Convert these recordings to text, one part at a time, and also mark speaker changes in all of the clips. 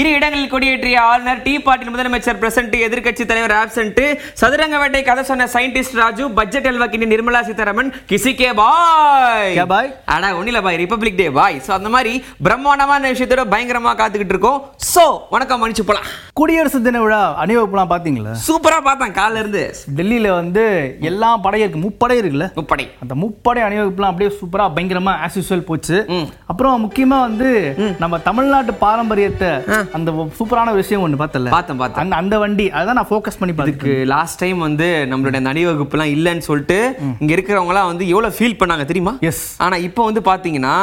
Speaker 1: இரு இடங்களில் கொடியேற்றிய ஆளுநர் டீ பார்ட்டியில் முதலமைச்சர் பிரசன்ட் எதிர்க்கட்சி தலைவர் ஆப்சென்ட் சதுரங்க வேட்டை கதை சொன்ன சயின்டிஸ்ட் ராஜு பட்ஜெட் அல்வாக்கினி நிர்மலா சீதாராமன் கிசிகே பாய்
Speaker 2: क्या भाई?
Speaker 1: அடா ஒன்னில பாய் ரிபப்ளிக் டே பாய் ஸோ அந்த மாதிரி பிரம்மாண்டமான விஷயத்தோட பயங்கரமா காத்துக்கிட்டு இருக்கோம் ஸோ வணக்கம் மன்னிச்சு போலாம்
Speaker 2: குடியரசு தின விழா அணிவகுப்புலாம் பார்த்தீங்களா
Speaker 1: சூப்பரா பார்த்தேன் காலைல இருந்து
Speaker 2: டெல்லியில வந்து எல்லா படையும் இருக்கு முப்படை இருக்குல்ல
Speaker 1: முப்படை
Speaker 2: அந்த முப்படை அணிவகுப்புலாம் அப்படியே சூப்பரா பயங்கரமா ஆஸ் யூஸ்வல் போச்சு
Speaker 1: ம்.
Speaker 2: அப்புறம் முக்கியமா வந்து நம்ம தமிழ்நாட்டு பாரம்பரியத்தை அந்த சூப்பரான விஷயம் ஒண்ணு பார்த்தல
Speaker 1: பார்த்தேன் பார்த்தேன்
Speaker 2: அந்த அந்த வண்டி அதான் நான் ஃபோக்கஸ் பண்ணி பார்த்துருக்கேன்
Speaker 1: இதுக்கு லாஸ்ட் டைம் வந்து நம்மளுடைய அந்த அணிவகுப்புலாம் இல்லைன்னு சொல்லிட்டு இங்க இருக்கிறவங்கலாம் வந்து எவ்வளவு ஃபீல் பண்ணாங்க தெரியுமா
Speaker 2: எஸ்
Speaker 1: ஆனா இப்போ வந்து பாத்தீங்கன்னா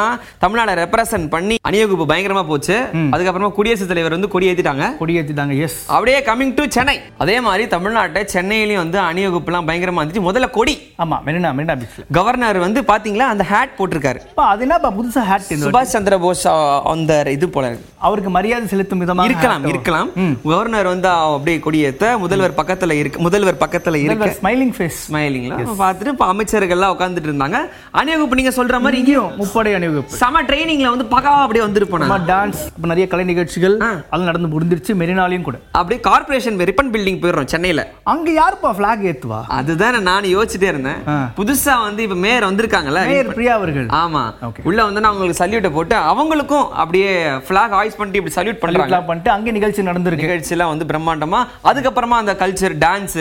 Speaker 1: தமிழ்நாட ரெப்ரசன்ட் பண்ணி அணிவகுப்பு பயங்கரமா போச்சு அதுக்கப்புறமா குடியரசுத் தலைவர் வந்து கொடி ஏத்திட்டாங்க
Speaker 2: கொடியேற்றிட்டாங்க எஸ்
Speaker 1: அப்படியே கமிங் டு சென்னை அதே மாதிரி தமிழ்நாட்டை சென்னையிலயும் வந்து அணிவகுப்புலாம் பயங்கரமா இருந்துச்சு முதல்ல கொடி
Speaker 2: ஆமா மெரினா மெரினா பீச்ல
Speaker 1: கவர்னர் வந்து பாத்தீங்களா அந்த ஹேட் போட்டிருக்காரு
Speaker 2: இப்போ அது என்னப்பா புதுசா ஹேட்
Speaker 1: சுபாஷ் சந்திர போஸ் ஆ, அந்த இது போல இருக்கு.
Speaker 2: அவருக்கு மரியாதை செலுத்தும் விதமாக
Speaker 1: இருக்கலாம் இருக்கலாம் கவர்னர் வந்து அப்படியே கொடியேத்த முதல்வர் பக்கத்துல இருக்கு முதல்வர் பக்கத்துல இருக்க
Speaker 2: ஸ்மைலிங் ஃபேஸ்
Speaker 1: ஸ்மைலிங்களா பார்த்துட்டு இப்போ அமைச்சர்கள்லாம் உட்காந்துட்டு இருந்தாங்க அணிவகுப்பு நீங்க சொல்ற மாதிரி
Speaker 2: இங்கேயும் முப்படை அணிவகுப்பு
Speaker 1: செம ட்ரைனிங்ல வந்து பக்காவா அப்படியே வந்திருப்போம் நாங்க.
Speaker 2: டான்ஸ் நிறைய கலை நிகழ்ச்சிகள் அதெல்லாம் நடந்து முடிஞ்சிருச்சு மெரினாலையும் கூட
Speaker 1: அப்படியே கார்ப்பரேஷன் ரிப்பன் பில்டிங் போயிடுறோம் சென்னையில
Speaker 2: அங்க யாருப்பா ஃபிளாக் ஏத்துவா
Speaker 1: அதுதான் நான் யோசிச்சுட்டே இருந்தேன்
Speaker 2: ஆ.
Speaker 1: புதுசா வந்து இப்ப மேயர் வந்திருக்காங்கல்ல
Speaker 2: மேயர் பிரியா அவர்கள்
Speaker 1: ஆமா
Speaker 2: Okay.
Speaker 1: உள்ள வந்து நான் உங்களுக்கு சல்யூட்டை போட்டு அவங்களுக்கும் அப்படியே ஃபிளாக் ஆய்ஸ் பண்ணிட்டு இப்படி சல்யூட் பண்றாங்க
Speaker 2: எல்லாம் பண்ணிட்டு அங்கே நிகழ்ச்சி நடந்திருக்கு
Speaker 1: நிகழ்ச்சியெல்லாம் வந்து பிரம்மாண்டமா அதுக்கப்புறமா அந்த கல்ச்சர் டான்ஸ்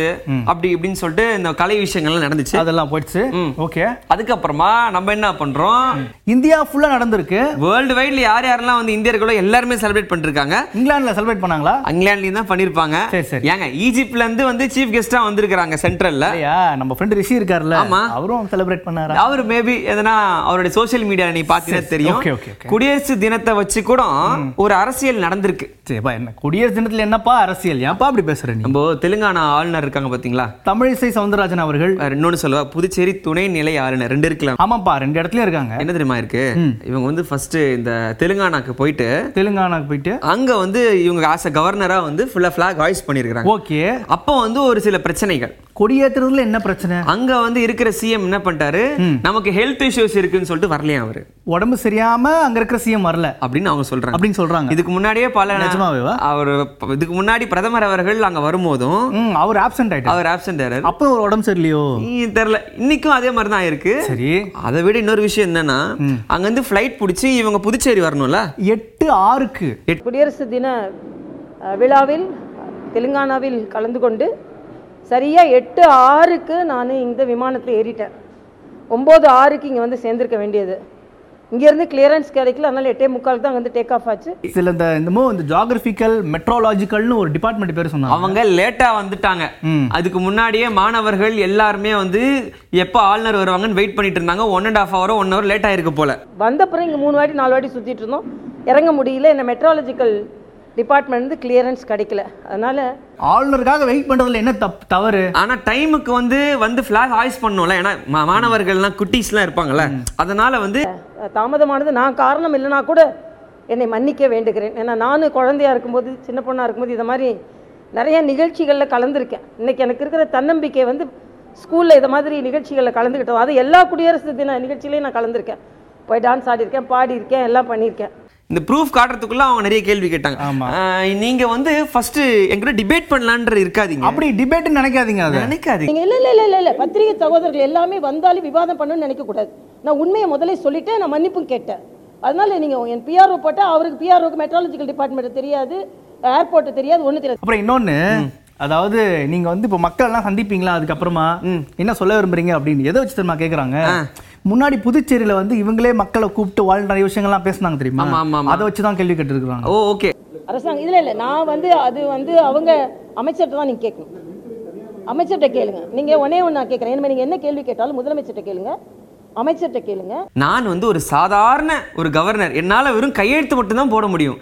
Speaker 1: அப்படி இப்படின்னு சொல்லிட்டு இந்த கலை விஷயங்கள்லாம் நடந்துச்சு
Speaker 2: அதெல்லாம் போயிடுச்சு ஓகே
Speaker 1: அதுக்கப்புறமா நம்ம என்ன பண்றோம்
Speaker 2: இந்தியா ஃபுல்லா நடந்திருக்கு
Speaker 1: வேர்ல்டு வைட்ல யார் யாரெல்லாம் வந்து இந்தியர்களோ எல்லாருமே செலிப்ரேட் பண்ணிட்டு இருக்காங்க
Speaker 2: இங்கிலாந்துல செலிப்ரேட் பண்ணாங்களா
Speaker 1: இங்கிலாந்துலயும் தான் பண்ணிருப்பாங்க
Speaker 2: சரி, சரி.
Speaker 1: ஏங்க ஈஜிப்ட்ல இருந்து வந்து சீஃப் கெஸ்டா வந்திருக்காங்க சென்ட்ரல்ல
Speaker 2: ஐயா நம்ம ஃப்ரெண்ட் ரிஷி இருக்கார்ல
Speaker 1: ஆமா.
Speaker 2: அவரும் செலிப்ரேட் பண்ணாரா
Speaker 1: அவர் மேபி எதனா அவருடைய சோஷியல் மீடியா நீ பாத்தீங்கன்னா தெரியும்
Speaker 2: Okay, okay, okay.
Speaker 1: குடியரசு தினத்தை வச்சு கூட ஒரு அரசியல் நடந்திருக்கு
Speaker 2: சரிப்பா என்ன குடியரசு தினத்துல என்னப்பா அரசியல் ஏன்ப்பா அப்படி பேசுற நீ
Speaker 1: நம்ம தெலுங்கானா ஆளுநர் இருக்காங்க பாத்தீங்களா
Speaker 2: தமிழிசை சவுந்தரராஜன் அவர்கள்
Speaker 1: வேற இன்னொன்னு சொல்லுவா புதுச்சேரி துணை நிலை ஆளுநர் ரெண்டு இருக்கலாம்
Speaker 2: ஆமாப்பா ரெண்டு இடத்துலயும் இருக்காங்க
Speaker 1: என்ன தெரியுமா இருக்கு இவங்க வந்து ஃபர்ஸ்ட் இந்த தெலுங்கானாக்கு போயிட்டு
Speaker 2: தெலுங்கானாக்கு போயிட்டு
Speaker 1: அங்க வந்து இவங்க ஆசை கவர்னரா வந்து ஃபுல்லா ஃபிளாக் ஹாய்ஸ் பண்ணியிருக்காங்க
Speaker 2: ஓகே
Speaker 1: அப்போ வந்து ஒரு சில பிரச்சனைகள்
Speaker 2: கொடியேத்துறதுல என்ன பிரச்சனை
Speaker 1: அங்க வந்து இருக்கிற சிஎம் என்ன பண்ணிட்டாரு நமக்கு ஹெல்த் இஷ்யூஸ் இருக்குன்னு சொல்லிட்டு வரலையா அவரு
Speaker 2: உடம்பு சரியாம அங்க இருக்கிற சிஎம் வரல
Speaker 1: அப்படின்னு அவங்க சொல்றாங்க
Speaker 2: அப்படின்னு சொல்றாங்க
Speaker 1: இதுக்கு முன்னாடியே பல
Speaker 2: நிஜமாவேவா?
Speaker 1: அவர் இதுக்கு முன்னாடி பிரதமர் அவர்கள் அங்க வரும்போதும்
Speaker 2: ம், அவர் ஆப்சென்ட் ஆயிட்டார்
Speaker 1: அவர் ஆப்சென்ட் ஆறாரு
Speaker 2: அப்போ ஒரு உடம்பு சரியில்லையோ
Speaker 1: ம், தெரியல இன்னைக்கும் அதே மாதிரி தான் இருக்கு
Speaker 2: சரி
Speaker 1: அதை விட இன்னொரு விஷயம் என்னன்னா அங்க இருந்து ஃபிளைட் பிடிச்சி இவங்க புதுச்சேரி வரணும்ல
Speaker 2: எட்டு ஆறுக்கு
Speaker 3: குடியரசு தின அஹ், விழாவில் தெலுங்கானாவில் கலந்து கொண்டு சரியாக எட்டு ஆறுக்கு நான் இந்த விமானத்தில் ஏறிட்டேன் ஒம்பது ஆறுக்கு இங்கே வந்து சேர்ந்திருக்க வேண்டியது இங்கேருந்து கிளியரன்ஸ் கிடைக்கல அதனால் எட்டே முக்கால் தான் வந்து டேக் ஆஃப் ஆச்சு
Speaker 2: சில இந்த என்னமோ இந்த ஜியாகிரபிக்கல் மெட்ரோலாஜிக்கல்னு ஒரு டிபார்ட்மெண்ட் பேர் சொன்னாங்க
Speaker 1: அவங்க லேட்டா வந்துட்டாங்க
Speaker 2: ம்.
Speaker 1: அதுக்கு முன்னாடியே மாணவர்கள் எல்லாருமே வந்து எப்ப ஆளுநர் வருவாங்கன்னு வெயிட் பண்ணிட்டு இருந்தாங்க ஒன் அண்ட் ஹாஃப் ஹவரோ ஒன் ஹவர் லேட் ஆயிருக்கு போல
Speaker 3: வந்தப்புறம் இங்கே மூணு வாட்டி நாலு வாட்டி சுற்றிட்டு இருந்தோம் இறங்க முடியல என்ன மெட்ராலஜிக்கல் டிபார்ட்மெண்ட் வந்து கிளியரன்ஸ் கிடைக்கல அதனால்
Speaker 2: ஆளுநருக்காக வெயிட் பண்றதுல என்ன தப் தவறு
Speaker 1: ஆனா டைமுக்கு வந்து வந்து ஃபிளாக் ஹாய்ஸ் பண்ணோம்ல ஏன்னா மா- மாணவர்கள்லாம் குட்டீஸ்லாம் இருப்பாங்கல்ல அதனால வந்து
Speaker 3: அஹ், தாமதமானது நான் காரணம் இல்லைனா கூட என்னை மன்னிக்க வேண்டுகிறேன் ஏன்னா நானும் குழந்தையா இருக்கும்போது சின்ன பொண்ணாக இருக்கும்போது இதை மாதிரி நிறைய நிகழ்ச்சிகளில் கலந்துருக்கேன் இன்னைக்கு எனக்கு இருக்கிற தன்னம்பிக்கை வந்து ஸ்கூலில் இதை மாதிரி நிகழ்ச்சிகளில் கலந்துக்கிட்டோம் அது எல்லா குடியரசு தின நிகழ்ச்சியிலையும் நான் கலந்துருக்கேன் போய் டான்ஸ் ஆடியிருக்கேன் பாடியிருக்கேன் எல்லாம் பண்ணியிருக்கேன்
Speaker 1: இந்த ப்ரூஃப் காட்டுறதுக்குள்ள அவங்க நிறைய கேள்வி கேட்டாங்க
Speaker 2: ஆமா.
Speaker 1: ஆஹ் நீங்க வந்து ஃபர்ஸ்ட் எங்கிட்ட டிபேட் பண்ணலான்ற இருக்காதீங்க
Speaker 2: அப்படி டிபேட் நினைக்காதீங்க அது
Speaker 1: நினைக்காதீங்க
Speaker 3: நீங்கள் இல்லை இல்லை இல்லை இல்லை இல்லை பத்திரிகை சகோதரர்கள் எல்லாமே வந்தாலும் விவாதம் பண்ணணும்னு நினைக்கக்கூடாது நான் உண்மையை முதலே சொல்லிட்டேன் நான் மன்னிப்பும் கேட்டேன் அதனால நீங்கள் என் பிஆர்ஓ போட்டால் அவருக்கு பிஆர்ஓக்கு மெட்ராலஜிக்கல் டிபார்ட்மெண்ட் தெரியாது ஏர்போர்ட்டு தெரியாது ஒன்றும் தெரியாது
Speaker 2: அப்புறம் இன்னொன்னு அதாவது நீங்க வந்து இப்போ மக்கள் எல்லாம் சந்திப்பீங்களா அதுக்கப்புறமா என்ன சொல்ல விரும்புறீங்க அப்படின்னு எதை வச்சு தெரியுமா கேக்குறாங்க முன்னாடி புதுச்சேரியில வந்து இவங்களே மக்களை கூப்பிட்டு வாழ் நிறைய விஷயங்கள்லாம் பேசுனாங்க
Speaker 1: ஆமா, ஆமா,
Speaker 2: தெரியுமா
Speaker 1: ஆமா.
Speaker 2: அதை வச்சு தான் கேள்வி கேட்டுருக்காங்க
Speaker 1: ஓ ஓகே
Speaker 3: அரசாங்கம் இல்லை இல்லை நான் வந்து அது வந்து அவங்க அமைச்சர்கிட்ட தான் நீங்கள் கேட்கணும் அமைச்சர்கிட்ட கேளுங்க நீங்கள் ஒன்னே ஒன்று நான் கேட்குறேன் இனிமேல் நீங்கள் என்ன கேள்வி கேட்டாலும் முதலமைச்சர்கிட்ட கேளுங்க அமைச்சர்கிட்ட கேளுங்க
Speaker 1: நான் வந்து ஒரு சாதாரண ஒரு கவர்னர் என்னால வெறும் கையெழுத்து மட்டும் தான் போட முடியும்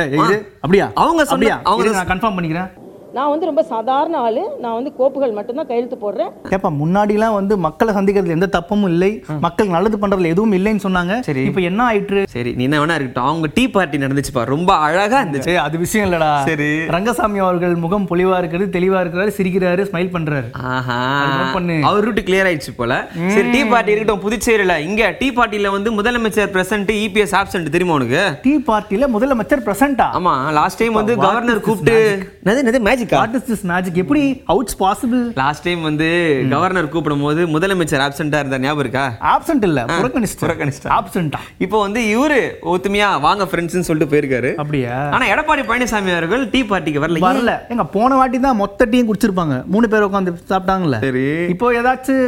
Speaker 2: ஏய், இது அப்படியா
Speaker 1: அவங்க சொன்ன-
Speaker 2: அப்படியா
Speaker 1: அவங்க
Speaker 2: இரு, நான் கன்ஃபார்ம் பண்ணிக்கிறேன்
Speaker 3: நான் வந்து ரொம்ப சாதாரண ஆளு நான் வந்து கோப்புகள் மட்டும்தான் கையெழுத்து போடுறேன்
Speaker 2: ஏப்பா முன்னாடிலாம் வந்து மக்களை சந்திக்கிறதுல எந்த தப்பும் இல்லை மக்கள் நல்லது பண்றதுல எதுவும் இல்லைன்னு சொன்னாங்க
Speaker 1: சரி.
Speaker 2: இப்போ என்ன ஆயிற்று
Speaker 1: சரி நீ என்ன வேணா இருக்கட்டும் அவங்க டீ பார்ட்டி நடந்துச்சுப்பா ரொம்ப அழகா இருந்துச்சு
Speaker 2: சரி அது விஷயம் இல்லடா
Speaker 1: சரி.
Speaker 2: ரங்கசாமி அவர்கள் முகம் பொலிவா இருக்கிறது தெளிவா இருக்கிறாரு சிரிக்கிறாரு ஸ்மைல் பண்றாரு
Speaker 1: ஆஹா
Speaker 2: அது note பண்ணு.
Speaker 1: அவர் ரூட் கிளியர் ஆயிடுச்சு போல சரி டீ பார்ட்டி இருக்கட்டும் புதுச்சேரியில இங்க டீ பார்ட்டில வந்து முதலமைச்சர் E பிரசன்ட் இபிஎஸ் ஆப்சன்ட் தெரியுமா உனக்கு
Speaker 2: டீ பார்ட்டில முதலமைச்சர் பிரசண்டா
Speaker 1: ஆமா லாஸ்ட் டைம் வந்து
Speaker 2: What is
Speaker 1: கவர்னர்
Speaker 2: this
Speaker 1: கூப்பிட்டு என்னது என்னது மேஜிக்கா
Speaker 2: வாட் இஸ் திஸ் மேஜிக் எப்படி அவுட்ஸ் பாசிபிள்
Speaker 1: லாஸ்ட் டைம் வந்து கவர்னர் கூப்பிடும் போது முதலமைச்சர் ஆப்சண்டா இருந்தா ஞாபகம் இருக்கா
Speaker 2: ஆப்சன்ட் இல்ல புறக்கணிச்சிட்டார்
Speaker 1: புறக்கணிச்சிட்டார்.
Speaker 2: ஆப்சண்டா
Speaker 1: இப்போ வந்து இவரு ஒத்துமையா வாங்க ஃப்ரெண்ட்ஸ்னு சொல்லிட்டு போயிருக்காரு
Speaker 2: அப்படியா
Speaker 1: ஆனா எடப்பாடி பழனிசாமி அவர்கள் டீ பார்ட்டிக்கு வரல ஏன்?
Speaker 2: வரல எங்க போன வாட்டி தான் மொத்த டீயும் குடிச்சிருப்பாங்க மூணு பேர் உட்காந்து சாப்பிட்டாங்கல்ல
Speaker 1: சரி.
Speaker 2: இப்போ ஏதாச்சும்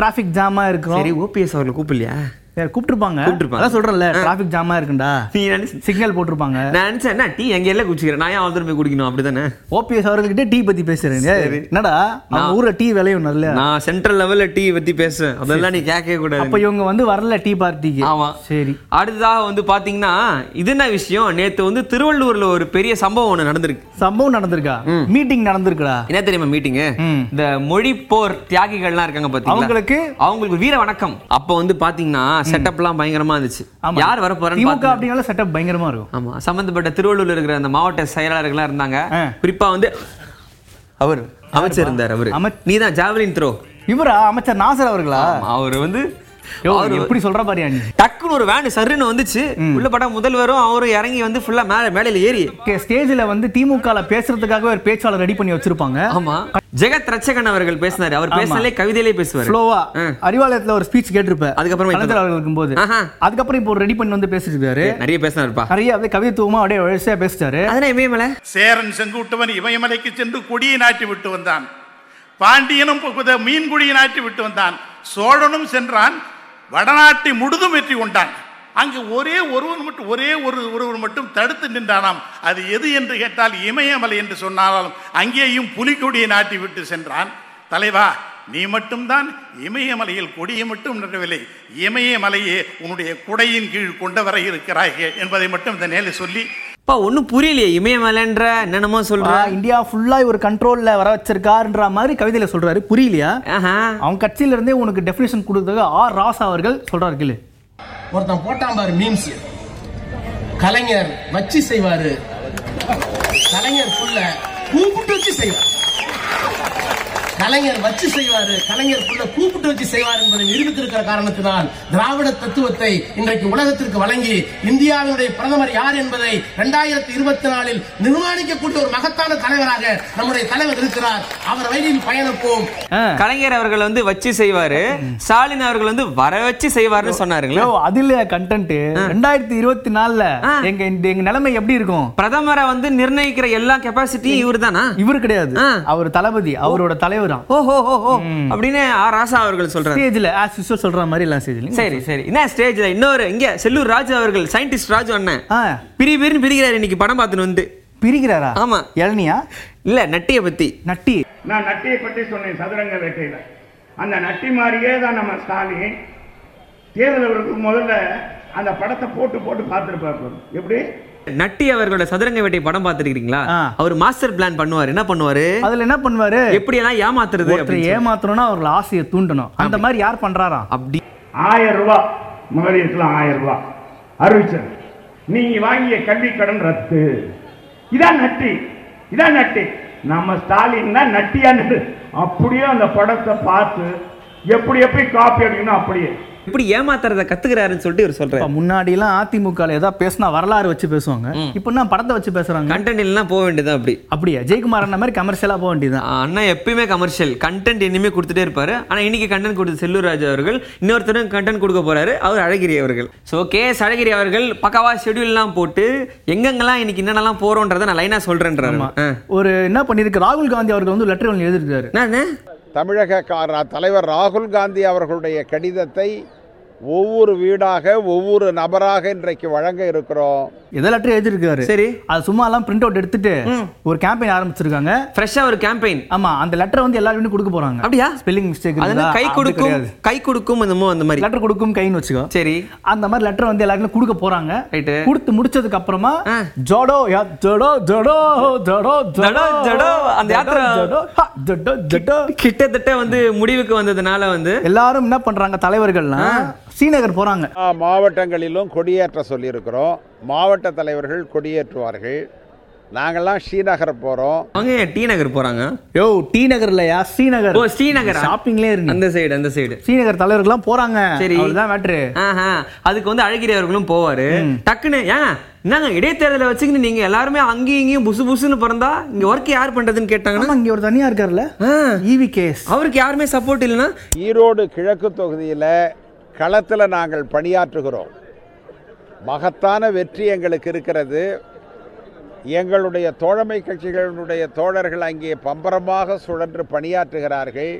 Speaker 2: டிராஃபிக் ஜாமா இருக்கிறோம்
Speaker 1: சரி ஓபிஎஸ் அவர்களை கூப்பிடலையா
Speaker 2: வேற கூப்பிட்டுருப்பாங்க
Speaker 1: கூப்பிட்டிருப்பாங்க.
Speaker 2: அதான் சொல்றேன்ல டிராஃபிக் ஜாமா இருக்குண்டா
Speaker 1: நீ நினைச்ச
Speaker 2: சிக்னல் போட்டிருப்பாங்க
Speaker 1: நான் நினைச்சேன் என்ன டீ எங்க எல்லாம் குடிச்சுக்கிறேன் நான் ஏன் அவன் போய் குடிக்கணும் அப்படிதானே
Speaker 2: ஓபிஎஸ் அவர்கள்கிட்ட டீ பத்தி பேசுறேன் என்னடா அவங்க ஊர்ல டீ விளையும் நல்ல
Speaker 1: நான் சென்ட்ரல் லெவல்ல டீ பத்தி பேசுவேன் அதெல்லாம் நீ கேட்கவே
Speaker 2: அப்ப
Speaker 1: கூடாது
Speaker 2: இவங்க வந்து வரல டீ பார்ட்டிக்கு
Speaker 1: ஆமா
Speaker 2: சரி
Speaker 1: அடுத்ததாக வந்து பாத்தீங்கன்னா இது என்ன விஷயம் நேத்து வந்து திருவள்ளூர்ல ஒரு பெரிய சம்பவம் ஒண்ணு நடந்திருக்கு
Speaker 2: சம்பவம் நடந்திருக்கா மீட்டிங் நடந்திருக்குடா
Speaker 1: என்ன தெரியுமா மீட்டிங்கு
Speaker 2: ம்.
Speaker 1: இந்த மொழி போர் தியாகிகள்லாம் இருக்காங்க பாத்தீங்களா
Speaker 2: அவங்களுக்கு
Speaker 1: அவங்களுக்கு வீர வணக்கம் அப்ப வந்து பாத்தீங்கன்னா செட்டப்லாம் பயங்கரமா இருந்துச்சு
Speaker 2: ஆமா.
Speaker 1: யார் வர போறான்னு
Speaker 2: திமுக
Speaker 1: பாத்தீங்க.
Speaker 2: அப்படின்னால செட்டப் பயங்கரமா இருக்கும்
Speaker 1: ஆமா சம்பந்தப்பட்ட திருவள்ளூர்ல இருக்கிற அந்த மாவட்ட செயலாளர்கள்லாம் இருந்தாங்க
Speaker 2: ஆ.
Speaker 1: குறிப்பா வந்து அவர் அமைச்சர் இருந்தார் அவரு
Speaker 2: அமைச்ச-
Speaker 1: நீ தான் ஜாவலின் த்ரோ
Speaker 2: இவரா அமைச்சர் நாசர் அவர்களா
Speaker 1: அவர் வந்து
Speaker 2: யோ,
Speaker 1: அவரு
Speaker 2: எப்படி சொல்ற பாரியா நீ
Speaker 1: டக்குன்னு ஒரு வேன் சருன்னு வந்துச்சு உள்ள பட முதல்வரும் அவரும் இறங்கி வந்து ஃபுல்லா மேல மேடையில ஏறி
Speaker 2: ஸ்டேஜ்ல வந்து திமுக பேசுறதுக்காகவே ஒரு பேச்சாளர் ரெடி பண்ணி வச்சிருப்பாங்க
Speaker 1: ஆமா ஜெகத் ரட்சகன் அவர்கள் பேசினாரு அவர் பேசினாலே கவிதையிலே பேசுவாரு
Speaker 2: ஃப்ளோவா
Speaker 1: ஆ.
Speaker 2: அறிவாலயத்துல ஒரு ஸ்பீச் கேட்டிருப்ப
Speaker 1: அதுக்கப்புறமா
Speaker 2: கலைஞர் அவர்கள் இருக்கும்போது
Speaker 1: ஆஹா.
Speaker 2: அதுக்கப்புறம் இப்போ ரெடி பண்ணி வந்து பேசிட்டு இருக்காரு
Speaker 1: நிறைய பேசினாருப்பா
Speaker 2: நிறைய அப்படியே கவித்துவமா அப்படியே வரிசையா பேசிட்டாரு
Speaker 1: அதனா இமயமலை
Speaker 4: சேரன் செங்குட்டுவன் இமயமலைக்கு சென்று கொடியை நாட்டி விட்டு வந்தான் பாண்டியனும் புகுத மீன்குடியை நாட்டி விட்டு வந்தான் சோழனும் சென்றான் வடநாட்டை முழுதும் வெற்றி கொண்டான் அங்கு ஒரே ஒருவன் மட்டும் ஒரே ஒரு ஒருவர் மட்டும் தடுத்து நின்றானாம் அது எது என்று கேட்டால் இமயமலை என்று சொன்னாலும் அங்கேயும் புலிக்கொடியை நாட்டி விட்டு சென்றான் தலைவா நீ மட்டும்தான் இமயமலையில் கொடியை மட்டும் நடவில்லை இமயமலையே உன்னுடைய குடையின் கீழ் கொண்டு வர இருக்கிறாய் என்பதை மட்டும் இந்த நேரில் சொல்லி
Speaker 1: அப்பா ஒண்ணும் புரியலையே இமயமலைன்ற என்னென்னமோ சொல்ற
Speaker 2: ஆ, இந்தியா ஃபுல்லா ஒரு கண்ட்ரோல்ல வர வச்சிருக்காருன்ற மாதிரி கவிதையில சொல்றாரு புரியலையா
Speaker 1: ஆஹா
Speaker 2: அவங்க கட்சியில இருந்தே உனக்கு டெஃபினேஷன் கொடுத்தது ஆர் ராசா அவர்கள் சொல்றாரு கேளு
Speaker 5: ஒருத்தன் போட்டான் பாரு மீம்ஸ் கலைஞர் வச்சு செய்வாரு கலைஞர் புள்ள கூப்பிட்டு வச்சு செய்வார் கலைஞர் வச்சு செய்வாரு கலைஞர் புள்ள கூப்பிட்டு வச்சு செய்வார் என்பதை நிரூபித்திருக்கிற காரணத்தினால் திராவிட தத்துவத்தை இன்றைக்கு உலகத்திற்கு வழங்கி இந்தியாவினுடைய பிரதமர் யார் என்பதை இரண்டாயிரத்தி இருபத்தி நாலில் நிர்மாணிக்கக்கூடிய ஒரு மகத்தான தலைவராக நம்முடைய தலைவர் இருக்கிறார் அவர் வழியில் பயணிப்போம்
Speaker 2: ஆ.
Speaker 1: கலைஞர் அவர்கள் வந்து வச்சு செய்வாரு ஸ்டாலின் அவர்கள் வந்து வர வச்சு செய்வாருன்னு சொன்னாருங்களா
Speaker 2: யோ, அதுல கண்டென்ட் ரெண்டாயிரத்தி இருபத்தி நாலுல
Speaker 1: ஆ.
Speaker 2: எங்க இந்த- எங்க நிலைமை எப்படி இருக்கும்
Speaker 1: பிரதமரை வந்து நிர்ணயிக்கிற எல்லா கெப்பாசிட்டியும் இவர்தானா
Speaker 2: இவர் கிடையாது
Speaker 1: ஆ.
Speaker 2: அவர் தளபதி அவரோட தலைவரா
Speaker 1: ஓ ஓ ஓ ஓ அப்படின்னு ஆர் ராசா அவர்கள் சொல்றாரு
Speaker 2: ஸ்டேஜ்ல ஆஸ் யூஸ்வல் சொல்ற மாதிரி எல்லாம் ஸ்டேஜ்ல
Speaker 1: சரி சரி என்ன ஸ்டேஜ்ல இன்னொரு இங்க செல்லூர் ராஜு அவர்கள் சயின்டிஸ்ட் ராஜு அண்ணன்
Speaker 2: ஆ
Speaker 1: பிரி பிரின்னு பிரிக்கிறாரு இன்னைக்கு படம் பார்த்துன்னு வந்து
Speaker 2: பிரிக்கிறாரா
Speaker 1: ஆமா.
Speaker 2: இளநியா
Speaker 1: இல்ல நட்டிய பத்தி
Speaker 2: நட்டி
Speaker 6: நான் நட்டியை பற்றி சொன்னேன் சதுரங்க வேட்டையில அந்த நட்டி மாதிரியே தான் நம்ம ஸ்டாலின் தேர்தல் அவருக்கு முதல்ல அந்த படத்தை போட்டு போட்டு பார்த்துருப்பாரு எப்படி
Speaker 1: நட்டி அவர்களோட சதுரங்க வேட்டை படம் பார்த்திருக்கீங்களா
Speaker 2: ஆ.
Speaker 1: அவர் மாஸ்டர் பிளான் பண்ணுவாரு என்ன பண்ணுவாரு
Speaker 2: அதுல என்ன பண்ணுவாரு
Speaker 1: எப்படி எல்லாம் ஏமாத்துறது
Speaker 2: ஒருத்தரை
Speaker 1: அப்படின்னு சொல்லி.
Speaker 2: ஏமாத்தணும்னா அவர்களை ஆசையை தூண்டணும் அந்த மாதிரி யார் பண்றாராம்
Speaker 1: அப்படி
Speaker 6: ஆயிரம் ரூபாய் முதலீட்டுலாம் ஆயிரம் ரூபாய் அறிவிச்சது நீங்க வாங்கிய கல்வி கடன் ரத்து இதான் நட்டி இதான் நட்டி நம்ம ஸ்டாலின் தான் நட்டியான்னு அப்படியே அந்த படத்தை பார்த்து எப்படி எப்படி காப்பி அடிக்கணும் அப்படியே
Speaker 1: எப்படி ஏமாத்துறத கத்துக்கிறாருன்னு சொல்லிட்டு இவர் சொல்றாரு
Speaker 2: இப்ப முன்னாடி எல்லாம் அதிமுக ல ஏதாவது பேசினா வரலாறு வச்சு பேசுவாங்க இப்ப என்ன படத்தை வச்சு பேசுறாங்க
Speaker 1: கண்டென்ட் இல்லைன்னா போக வேண்டியதான் அப்படி
Speaker 2: அப்படியா ஜெயக்குமார் அண்ணா மாதிரி கமர்ஷியலா போக வேண்டியதுதான்
Speaker 1: ஆஹ் அண்ணா எப்பயுமே கமர்ஷியல் கண்டென்ட் இனிமே கொடுத்துட்டே இருப்பாரு ஆனா இன்னைக்கு கண்டென்ட் கொடுத்த செல்லூர் ராஜு அவர்கள் இன்னொருத்தரும் கண்டென்ட் கொடுக்க போறாரு அவர் அழகிரி அவர்கள் ஸோ கே எஸ் அழகிரி அவர்கள் பக்காவா ஷெட்யூல்லாம் போட்டு எங்கெங்கெல்லாம் இன்னைக்கு என்னென்னலாம் போறோன்றதை நான் லைனா சொல்றேன்றாரு ஆ.
Speaker 2: ஒரு என்ன பண்ணிருக்கு ராகுல் காந்தி அவர்கள் வந்து லெட்டர் ஒன்று எழுதிருக்காரு
Speaker 1: என்ன அண்ணா?
Speaker 7: தமிழக கா- தலைவர் ராகுல் காந்தி அவர்களுடைய கடிதத்தை ஒவ்வொரு வீடாக ஒவ்வொரு நபராக இன்றைக்கு வழங்க இருக்கிறோம்
Speaker 2: எதை லெட்டர் எழுதிருக்காரு
Speaker 1: சரி.
Speaker 2: அது சும்மா எல்லாம் பிரிண்ட் அவுட் எடுத்துட்டு ஒரு கேம்பெயின் ஆரம்பிச்சிருக்காங்க
Speaker 1: ஃப்ரெஷ்ஷா ஒரு கேம்பெயின்
Speaker 2: ஆமா அந்த லெட்டர் வந்து எல்லாருமே கொடுக்க போறாங்க
Speaker 1: அப்படியா?
Speaker 2: ஸ்பெல்லிங் மிஸ்டேக்
Speaker 1: அது என்ன கை கொடுக்கும் கை கொடுக்கும் என்னமோ அந்த மாதிரி
Speaker 2: லெட்டர் கொடுக்கும் கைன்னு வச்சுக்கோ
Speaker 1: சரி
Speaker 2: அந்த மாதிரி லெட்டர் வந்து எல்லாருக்கும் கொடுக்க போறாங்க
Speaker 1: Right.
Speaker 2: கொடுத்து முடிச்சதுக்கு அப்புறமா ஜோடோ யா ஜோடோ ஜோடோ ஜோடோ
Speaker 1: ஜடோ, ஜடோ, அந்த யாத்திரை-
Speaker 2: ஜோடோ ஹா, ஜோடோ ஜோடோ
Speaker 1: கிட்டத்தட்ட வந்து முடிவுக்கு வந்ததுனால வந்து
Speaker 2: எல்லாரும் என்ன பண்றாங்க தலைவர்கள்லாம் ஸ்ரீநகர் போறாங்க
Speaker 7: ஆ, மாவட்டங்களிலும் கொடியேற்ற சொல்லியிருக்கிறோம் மாவட்ட தலைவர்கள் கொடியேற்றுவார்கள் நாங்கள்லாம் ஸ்ரீநகர் போகிறோம்
Speaker 1: அவங்க ஏன் டி நகர் போறாங்க
Speaker 2: யோ டி நகர்லயா ஸ்ரீநகர்
Speaker 1: ஓ ஸ்ரீநகர்
Speaker 2: ஷாப்பிங்லேயே இருங்க
Speaker 1: அந்த சைடு அந்த சைடு
Speaker 2: ஸ்ரீநகர் தலைவர்கள்லாம் போறாங்க
Speaker 1: சரி.
Speaker 2: அவ்வளவுதான் மேட்ரு
Speaker 1: ஆஹா அதுக்கு வந்து அழகிரி அவர்களும் போவாரு டக்குன்னு ஏன் என்னங்க இடைத்தேர்தலை வச்சுக்கின்னு நீங்க எல்லாருமே அங்கேயும் இங்கேயும் புசு புசுன்னு பிறந்தா இங்க ஒர்க் யார் பண்றதுன்னு கேட்டாங்கன்னா
Speaker 2: ஆமா இங்க ஒரு தனியா E இருக்கார்ல
Speaker 1: ஆ.
Speaker 2: ஈவி கேஸ்
Speaker 1: அவருக்கு யாருமே சப்போர்ட் இல்லைன்னா
Speaker 7: ஈரோடு கிழக்கு தொகுதியில் களத்தில் நாங்கள் பணியாற்றுகிறோம் மகத்தான வெற்றி எங்களுக்கு இருக்கிறது எங்களுடைய தோழமை கட்சிகளுடைய தோழர்கள் அங்கே பம்பரமாக சுழன்று பணியாற்றுகிறார்கள்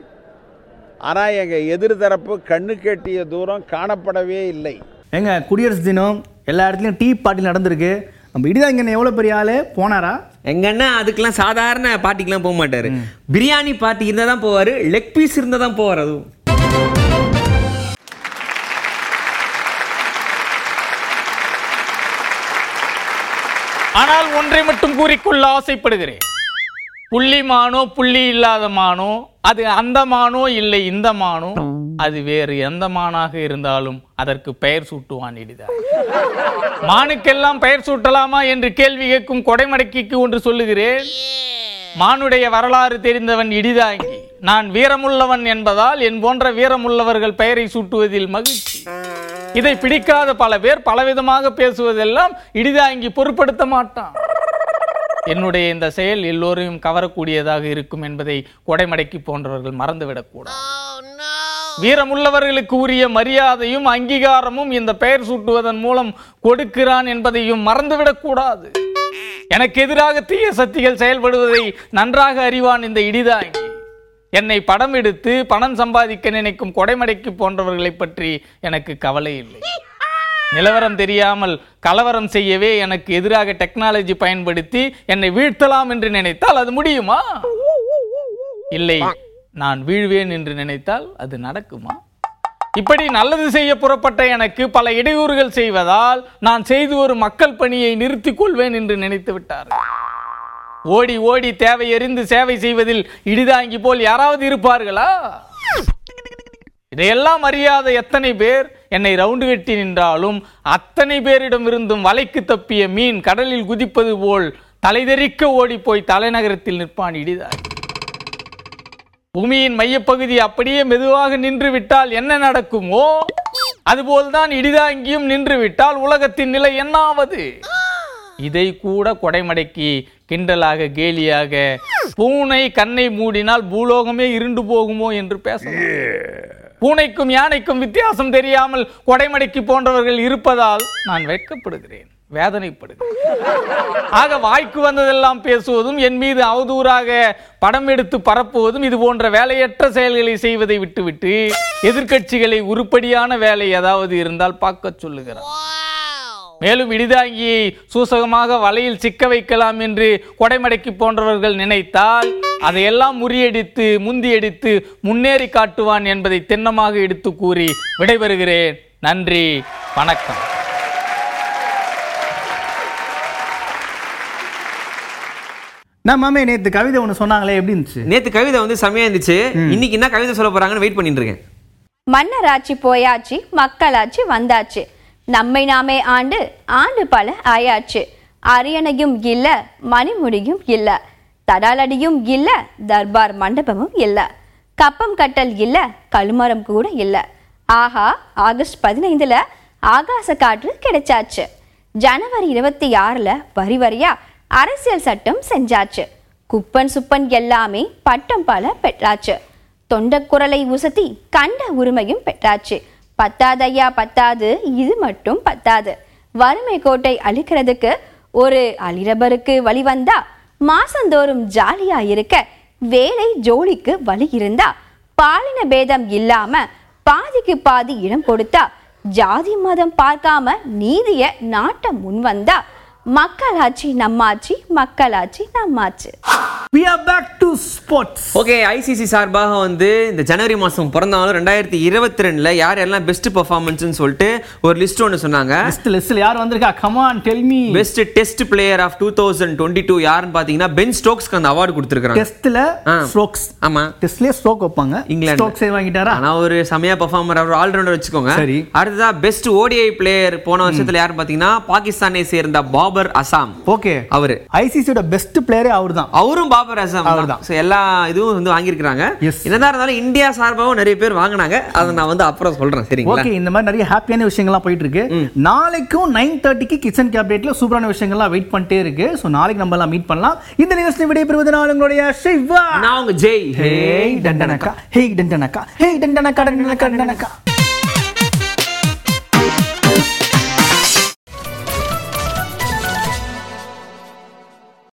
Speaker 7: ஆனால் எங்கள் எதிர்தரப்பு கண்ணு கெட்டிய தூரம் காணப்படவே இல்லை
Speaker 2: ஏங்க குடியரசு தினம் எல்லா இடத்துலயும் டீ பார்ட்டி நடந்திருக்கு நம்ம இடிதாங்கன்னு எவ்வளவு பெரிய ஆளு போனாரா
Speaker 1: எங்கன்னா அதுக்கெல்லாம் சாதாரண பார்ட்டிக்கெல்லாம் போக மாட்டாரு பிரியாணி பார்ட்டி இருந்தா தான் போவாரு லெக் பீஸ் இருந்தா தான் போவார் அதுவும்
Speaker 8: ஆனால் ஒன்றை மட்டும் கூறிக்கொள்ள ஆசைப்படுகிறேன் புள்ளி மானோ புள்ளி இல்லாத மானோ அது அந்த மானோ இல்லை இந்த மானோ அது வேறு எந்த மானாக இருந்தாலும் அதற்கு பெயர் சூட்டுவான் இடிதார் மானுக்கெல்லாம் பெயர் சூட்டலாமா என்று கேள்வி கேட்கும் கொடைமடக்கிக்கு ஒன்று சொல்லுகிறேன் மானுடைய வரலாறு தெரிந்தவன் இடிதாங்கி நான் வீரமுள்ளவன் என்பதால் என் போன்ற வீரமுள்ளவர்கள் பெயரை சூட்டுவதில் மகிழ்ச்சி இதை பிடிக்காத பல பேர் பலவிதமாக பேசுவதெல்லாம் இடிதாங்கி பொருட்படுத்த மாட்டான் என்னுடைய இந்த செயல் எல்லோரையும் கவரக்கூடியதாக இருக்கும் என்பதை கொடைமடக்கி போன்றவர்கள் மறந்துவிடக்கூடாது வீரமுள்ளவர்களுக்கு உரிய மரியாதையும் அங்கீகாரமும் இந்த பெயர் சூட்டுவதன் மூலம் கொடுக்கிறான் என்பதையும் மறந்துவிடக்கூடாது எனக்கு எதிராக தீய சக்திகள் செயல்படுவதை நன்றாக அறிவான் இந்த இடிதாங்கி என்னை படம் எடுத்து பணம் சம்பாதிக்க நினைக்கும் கொடைமடைக்கு போன்றவர்களைப் பற்றி எனக்கு கவலை இல்லை நிலவரம் தெரியாமல் கலவரம் செய்யவே எனக்கு எதிராக டெக்னாலஜி பயன்படுத்தி என்னை வீழ்த்தலாம் என்று நினைத்தால் அது முடியுமா இல்லை நான் வீழ்வேன் என்று நினைத்தால் அது நடக்குமா இப்படி நல்லது செய்ய புறப்பட்ட எனக்கு பல இடையூறுகள் செய்வதால் நான் செய்து ஒரு மக்கள் பணியை நிறுத்திக் கொள்வேன் என்று நினைத்து விட்டார் ஓடி ஓடி தேவையறிந்து சேவை செய்வதில் இடிதாங்கி போல் யாராவது இருப்பார்களா இதையெல்லாம் அறியாத எத்தனை பேர் என்னை ரவுண்டு வெட்டி நின்றாலும் அத்தனை பேரிடம் இருந்தும் வலைக்கு தப்பிய மீன் கடலில் குதிப்பது போல் தலைதெறிக்க ஓடிப்போய் தலைநகரத்தில் நிற்பான் இடிதாய் பூமியின் மையப்பகுதி அப்படியே மெதுவாக நின்று விட்டால் என்ன நடக்குமோ அதுபோல்தான் இடிதாங்கியும் நின்று விட்டால் உலகத்தின் நிலை என்னாவது இதை கூட கொடைமடக்கி கிண்டலாக கேலியாக பூனை கண்ணை மூடினால் பூலோகமே இருண்டு போகுமோ என்று பேசலாம் பூனைக்கும் யானைக்கும் வித்தியாசம் தெரியாமல் கொடைமடைக்கு போன்றவர்கள் இருப்பதால் நான் வெட்கப்படுகிறேன் வேதனைப்படுகிறேன் ஆக வாய்க்கு வந்ததெல்லாம் பேசுவதும் என் மீது அவதூறாக படம் எடுத்து பரப்புவதும் இது போன்ற வேலையற்ற செயல்களை செய்வதை விட்டுவிட்டு எதிர்க்கட்சிகளை உருப்படியான வேலை ஏதாவது இருந்தால் பார்க்க சொல்லுகிறார் மேலும் இடிதாங்கியை சூசகமாக வலையில் சிக்க வைக்கலாம் என்று கொடைமடைக்கு போன்றவர்கள் நினைத்தால் அதையெல்லாம் முறியடித்து முந்தியடித்து முன்னேறி காட்டுவான் என்பதை திண்ணமாக எடுத்து கூறி விடைபெறுகிறேன் நன்றி வணக்கம்
Speaker 2: நான் மாமே நேத்து கவிதை ஒண்ணு சொன்னாங்களே எப்படி இருந்துச்சு
Speaker 1: நேத்து கவிதை வந்து செமையா இருந்துச்சு இன்னைக்கு என்ன கவிதை சொல்ல போறாங்கன்னு வெயிட் பண்ணிட்டு இருக்கேன்
Speaker 9: மன்னராட்சி போயாச்சு மக்களாட்சி வந்தாச்சு நம்மை நாமே ஆண்டு ஆண்டு பல ஆயாச்சு அரியணையும் இல்ல மணிமுடியும் இல்ல தடாலடியும் இல்ல தர்பார் மண்டபமும் இல்ல கப்பம் கட்டல் இல்ல கழுமரம் கூட இல்ல ஆஹா ஆகஸ்ட் பதினைந்துல ஆகாச காற்று கிடைச்சாச்சு ஜனவரி இருபத்தி ஆறுல வரி வரியா அரசியல் சட்டம் செஞ்சாச்சு குப்பன் சுப்பன் எல்லாமே பட்டம் பல பெற்றாச்சு தொண்டக்குரலை உசத்தி கண்ட உரிமையும் பெற்றாச்சு பத்தாதையா பத்தாது இது மட்டும் பத்தாது வறுமை கோட்டை அழிக்கிறதுக்கு ஒரு அலிரபருக்கு வழி வந்தா மாசந்தோறும் ஜாலியா இருக்க வேலை ஜோலிக்கு வழி இருந்தா பாலின பேதம் இல்லாம பாதிக்கு பாதி இடம் கொடுத்தா ஜாதி மதம் பார்க்காம நீதிய நாட்ட முன்வந்தா மக்களாட்சி நம்மாட்சி மக்களாட்சி நம்மாட்சி
Speaker 2: we are back to sports
Speaker 1: okay ICC சார்பாக வந்து இந்த ஜனவரி மாதம் பிறந்தாலும் ரெண்டாயிரத்தி இருபத்தி ரெண்டில் யார் யாரெல்லாம் பெஸ்ட் பெர்ஃபார்மன்ஸ்னு சொல்லிட்டு ஒரு லிஸ்ட் ஒன்று சொன்னாங்க
Speaker 2: லிஸ்ட் லிஸ்ட்ல யார் வந்திருக்கா come on tell me
Speaker 1: best test player of two thousand twenty two யாருன்னு பார்த்தீங்கன்னா பென் ஸ்டோக்ஸ்க்கு அந்த அவார்டு கொடுத்துருக்காங்க
Speaker 2: டெஸ்ட்ல
Speaker 1: ஆ.
Speaker 2: ஸ்ட்ரோக்ஸ்
Speaker 1: ஆமா.
Speaker 2: டெஸ்ட்லயே ஸ்ட்ரோக் வைப்பாங்க
Speaker 1: இங்கிலாந்து.
Speaker 2: ஸ்ட்ரோக்ஸே வாங்கிட்டாரா
Speaker 1: ஆனா ஒரு செமையா பர்ஃபார்மர் அவர் ஆல்ரவுண்டர் வச்சுக்கோங்க
Speaker 2: சரி.
Speaker 1: அடுத்ததா பெஸ்ட் ஓடிஐ பிளேயர் போன வருஷத்துல யாருன்னு பார்த்தீங்கன்னா பாகிஸ்தானை சேர்ந்த பாபர் அசாம்
Speaker 2: ஓகே
Speaker 1: அவரு
Speaker 2: ஐசிசியோட பெஸ்ட் பிளேயரே அவர் தான்
Speaker 1: அவரும் பாபர் அசாம் தான்
Speaker 2: அவர்தான்.
Speaker 1: So, எல்லா இதுவும் வந்து வாங்கியிருக்கிறாங்க
Speaker 2: Yes.
Speaker 1: என்னதான் இருந்தாலும் இந்தியா சார்பாகவும் நிறைய பேர் வாங்கினாங்க அதை நான் வந்து அப்புறம் சொல்றேன் சரிங்களா
Speaker 2: ஓகே இந்த மாதிரி நிறைய ஹாப்பியான விஷயங்கள்லாம் போயிட்டு இருக்கு நாளைக்கும் நைன் தேர்ட்டிக்கு கிச்சன் கேபினெட்ல சூப்பரான விஷயங்கள்லாம் வெயிட் பண்ணிட்டே இருக்கு ஸோ நாளைக்கு நம்ம எல்லாம் மீட் பண்ணலாம் இந்த நிகழ்ச்சி விடைபெறுவது நான் உங்களுடைய சிவா
Speaker 1: நான் உங்க ஜெய்
Speaker 2: ஹேய் டண்டனக்கா ஹேய் டண்டனக்கா ஹேய் டண்டனக்கா டண்டனக்கா டண்டனக்கா